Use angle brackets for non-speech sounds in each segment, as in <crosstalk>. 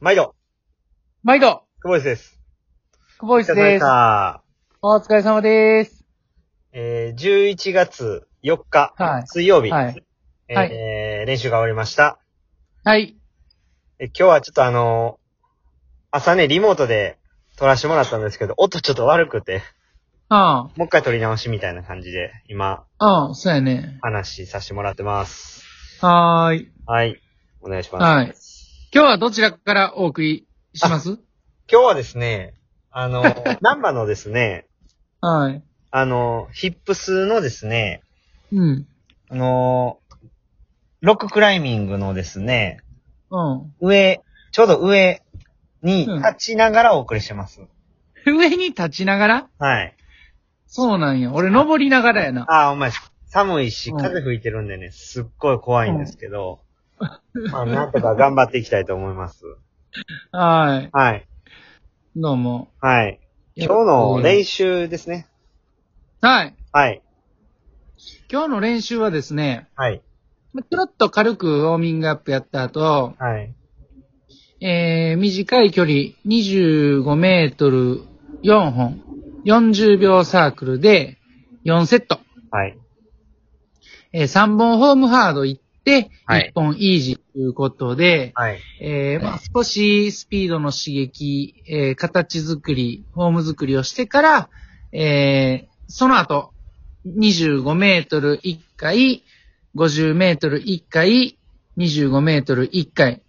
毎度、毎度、久保井です。久保お井です。た。お疲れ様です。えー、11月4日、はい水曜日、はい。えーはい練習が終わりました。はい。え今日はちょっとあのー朝ね、リモートで撮らせてもらったんですけど、音ちょっと悪くて、うん。もう一回撮り直しみたいな感じで、今、うん。そうやね。話させてもらってます。はーい。はい。お願いします。はい。今日はどちらからお送りします今日はですね、あ <laughs> のー、難波のですね、はい。あのー、ヒップスのですね、うん。あのーロッククライミングのですね、うん。上、ちょうど上にうん立ちながらお送りしてます。上に立ちながらはい。そうなんや。俺登りながらやな。ああ、お前、寒いし、うん風吹いてるんでね、すっごい怖いんですけど、 <laughs> まあ、なんとか頑張っていきたいと思います。はい。はい。どうも。はい。今日の練習ですね。はい。はい。今日の練習はですね、はい。まちょろっと軽くウォーミングアップやった後、はい。えー、短い距離25メートル4本、40秒サークルで4セット。はい。えー3本ホームハード行って、はい1本イージーということで、はい。えーまあ、少しスピードの刺激、えー形作り、フォーム作りをしてから、えーその後、25メートル1回、50メートル1回、25メートル1回、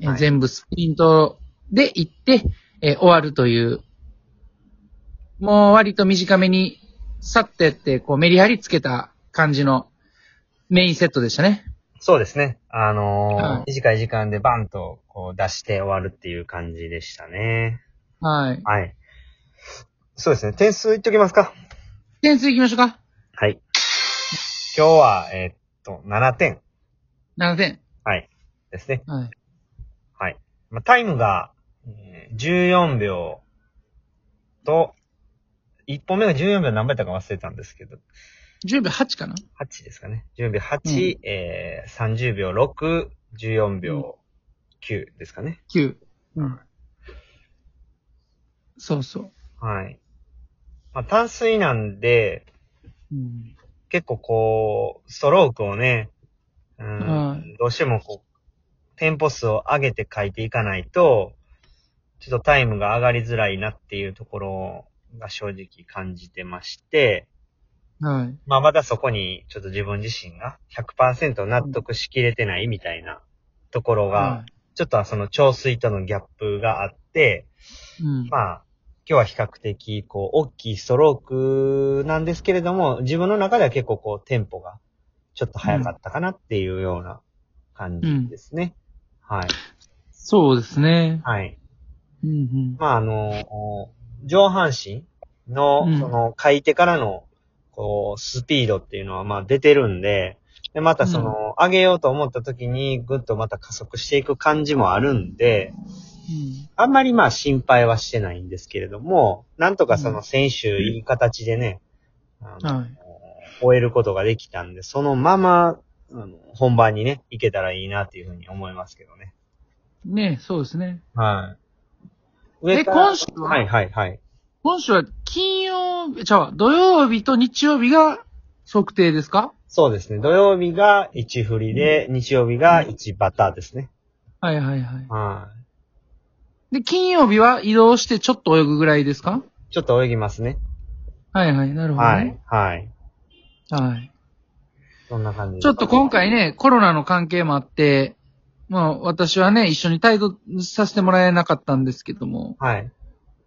えーはい全部スプリントで行って、えー終わるという、もう割と短めに、さってやって、こうメリハリつけた感じのメインセットでしたね。そうですね。あのーはい短い時間でバンとこう出して終わるっていう感じでしたね。はい。はい。そうですね。点数いっときますか。点数行きましょうか。はい。今日は、えーっと、7点7点。ですね。はい。はい。まあ、タイムが、えー14秒と、1本目が14秒何倍だったか忘れたんですけど、 10秒8かな8ですかね。14秒8、えー、30秒6、14秒9ですかね。 ?9。うん。そうそう。はい。まあ、淡水なんで、うん、結構こう、ストロークをね、うんはどうしてもこう、テンポ数を上げて書いていかないと、ちょっとタイムが上がりづらいなっていうところが正直感じてまして、はい。まあまだそこにちょっと自分自身が100%納得しきれてないみたいなところがは、ちょっとその調水とのギャップがあって、い。うん。まあ、今日は比較的、こう、大きいストロークなんですけれども、自分の中では結構こう、テンポが、ちょっと早かったかなっていうような感じですね。はい。そうですね。はい。うんうん。まあ、あの、上半身のう、んその、書いてからの、こう、スピードっていうのは、まあ、出てるんで、で、またその、上げようと思った時に、ぐっとまた加速していく感じもあるんで、うんあんまりまあ心配はしてないんですけれども、なんとかそうのん選手いい形でね、あのはい。終えることができたんで、そのまま、あの本番にね、行けたらいいなっていうふうに思いますけどね。ねそうですね。はい。で、今週は、はいはいはい。今週は金曜日、じゃあ、土曜日と日曜日が測定ですかそうですね。土曜日が1振りで、日曜日が1バターですね。はいはいはい。はで、金曜日は移動してちょっと泳ぐぐらいですかい。ちょっと泳ぎますね。はいはい、なるほどはいね。。はい。はいそんな感じですちょっと今回ね、コロナの関係もあって、まあ私はね、一緒に態度させてもらえなかったんですけども、はい。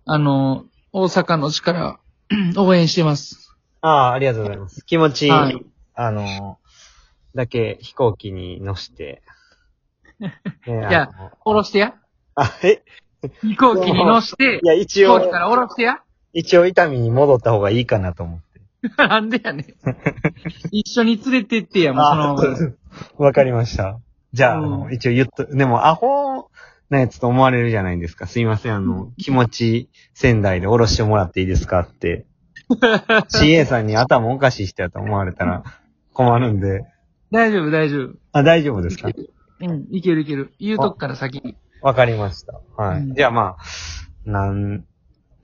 あの、大阪の力、 <clears throat> 応援してます。ああ、ありがとうございます。気持ち、はいあの、だけ飛行機に乗 <laughs> して。ねいや、あのおろしてやあ、え飛行機に乗してい、や、一飛行応機、からおろしてや <laughs> 一応、伊丹に戻った方がいいかなと思って。なんでや <laughs> ねん。一緒に連れてってや、もうそのままで。わかりました。じゃあ、うんあの一応言っと、でも、アホなやつと思われるじゃないですか。すいません、あの、気持ち、仙台で降ろしてもらっていいですか <laughs> って。CA さんに頭おかしい人やと思われたら困るんで。大丈夫、大丈夫。あ、大丈夫ですかうん、いけるいける。言うとくから先に。わかりました。はい。うんじゃあまあ、なん、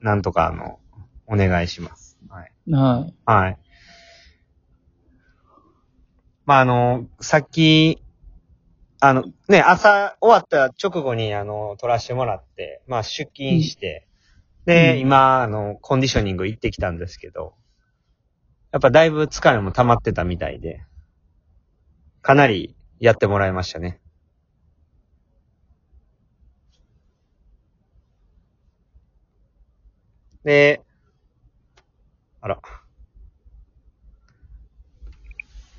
なんとかあの、お願いします。はい。はい。はい。まああの、さっき、あの、ね、朝終わった直後にあの、撮らせてもらって、まあ出勤して、で、うん今、あの、コンディショニング行ってきたんですけど、やっぱだいぶ疲れも溜まってたみたいで、かなりやってもらいましたね。で、あら。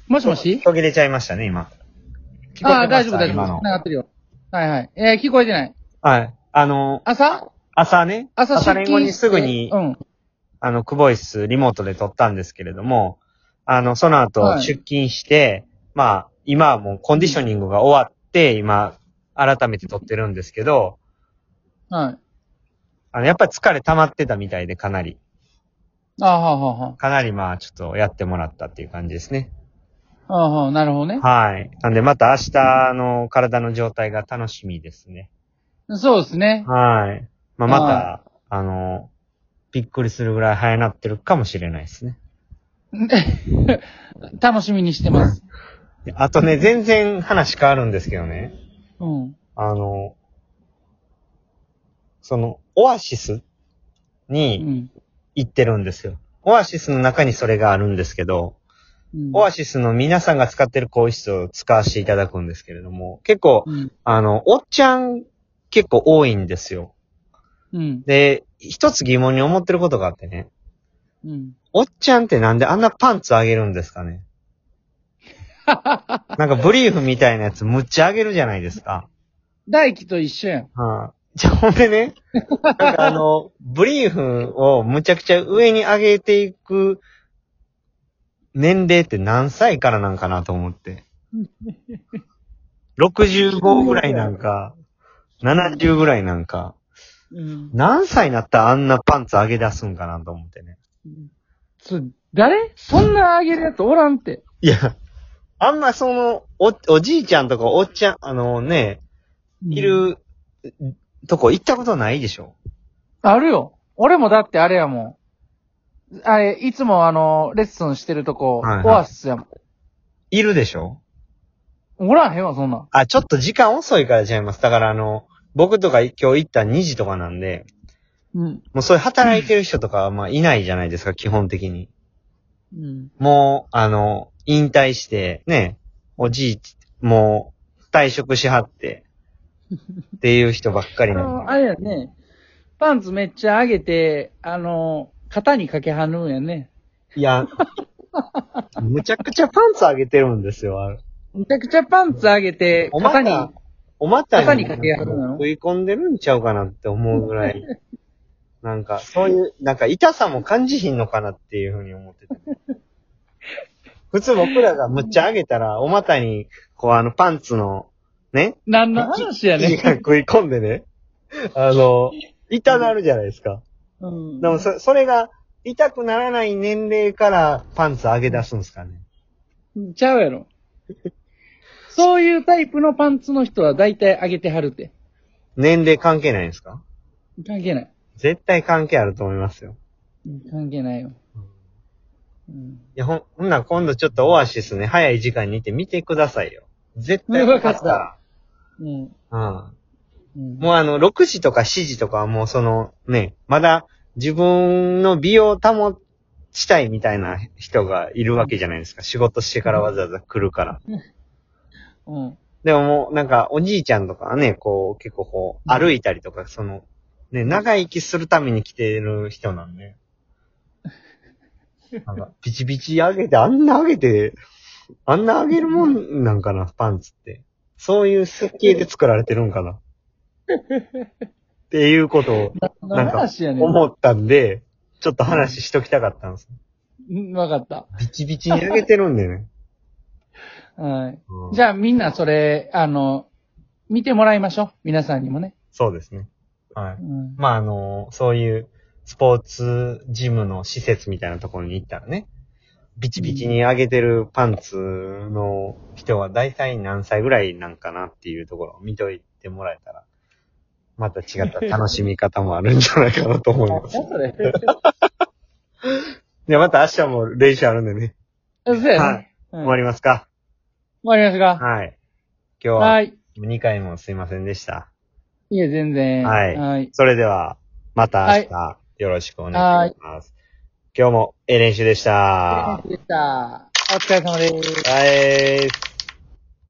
もしもし途切れちゃいましたね、今。聞こえてますああ、大丈夫、大丈夫。今繋のがってるよ。はいはい。えー、聞こえてない。はい。あの、朝朝ね、朝出朝勤練して後にすぐに、うん。あの、クボイスリモートで撮ったんですけれども、あの、その後はい出勤して、まあ、今はもうコンディショニングが終わって、今、改めて撮ってるんですけど、はい。あの、やっぱり疲れ溜まってたみたいで、かなり。ああ、はあ、はあ、はかなりまあ、ちょっとやってもらったっていう感じですね。あ。ああ、はあ、なるほどね。はい。なんで、また明日の体の状態が楽しみですね。そうですね。はい。まあ、また、はあの、びっくりするぐらい早なってるかもしれないですね。 <laughs> 楽しみにしてます。であとね、全然話変わるんですけどね。うん。あの、その、オアシスうにん。行ってるんですよ。オアシスの中にそれがあるんですけど、うんオアシスの皆さんが使ってる更衣室を使わせていただくんですけれども、結構、うん。あの、おっちゃん結構多いんですよ。うん。で、一つ疑問に思ってることがあってね。うん。おっちゃんってなんであんなパンツあげるんですかねなんかブリーフみたいなやつむっちゃあげるじゃないですか。 <laughs> 大輝と一緒やん。はいじゃあほんでね、なんかあの、ブリーフをむちゃくちゃ上に上げていく年齢って何歳からなんかなと思って。65ぐらいなんか、70ぐらいなんか、うん。何歳になったらあんなパンツ上げ出すんかなと思ってね。そ、誰そんなあげるやつおらんって。いや、あんまその、お、おじいちゃんとかおっちゃん、あのね、い。る、とこ行ったことないでしょあるよ。俺もだってあれやもん。あれ、いつもあの、レッスンしてるとこ、はいはいオアシスやもん。いるでしょおらんへんわ、そんなん。あ、ちょっと時間遅いからちゃいます。だからあの、僕とか今日行った2時とかなんで、うん。もうそういう働いてる人とかはまあいないじゃないですか、基本的に。うん。もう、あの、引退して、ね、おじい、もう、退職しはって、っていう人ばっかりな <laughs> あんあで。れやね。パンツめっちゃ上げて、あの、肩にかけはるんやね。いや、むちゃくちゃパンツ上げてるんですよ、あれめちゃくちゃパンツ上げて、お股肩にに。、お股に肩にかけ合うの食い込んでるんちゃうかなって思うぐら <laughs> い。なんか、そういう、なんか痛さも感じひんのかなっていうふうに思ってた。普通僕らがむっちゃ上げたら、お股に、こうあのパンツの、ね、何の話や生地ね。が食い込んでね、あの、痛なるじゃないですか。うんでもそ、それが、痛くならない年齢からパンツ上げ出すんですかね。ちゃうや <laughs> ろ。そういうタイプのパンツの人は大体上げてはるって。年齢関係ないんですか関係ない。絶対関係あると思いますよ。うん関係ないよ。うんいや、ほん、ほんなら今度ちょっとオアシスね、早い時間に行って見てくださいよ。絶対良うんわかうん。った。うん。うんもうあの、6時とか7時とかはもうその、ね、まだ自分の美容を保ちたいみたいな人がいるわけじゃないですか。仕事してからわざわざ来るから。うん。でももうなんかおじいちゃんとかはね、こう結構こう歩いたりとか、その、ね、長生きするために来てる人なん <laughs> で。なんか、ピチピチ上げて、あんな上げて、あんな上げるもんなんかな、パンツって。そういう設計で作られてるんかな。っていうことを何の話やねん。思ったんで、ちょっと話しときたかったんです。うんわかった。ピチピチに上げてるんでね。はい。うん <laughs> じゃあみんなそれ、あの、見てもらいましょう。皆さんにもね。そうですね。はい。うん。まあ、あの、そういうスポーツジムの施設みたいなところに行ったらね、ビチビチに上げてるパンツの人は大体何歳ぐらいなんかなっていうところを見といてもらえたらまた違った楽しみ方もあるんじゃないかなと思いなまんす。だそれ。で、また明日も練習あるんでね。そうやはね。うん終わりますか。終わりますか。はい。今日は。はい2回もすいませんでした。いえ、全然。はいはい。それでは、また明日、よろしくお願いします。今日もええ練習でした。でした。お疲れ様です。バイ。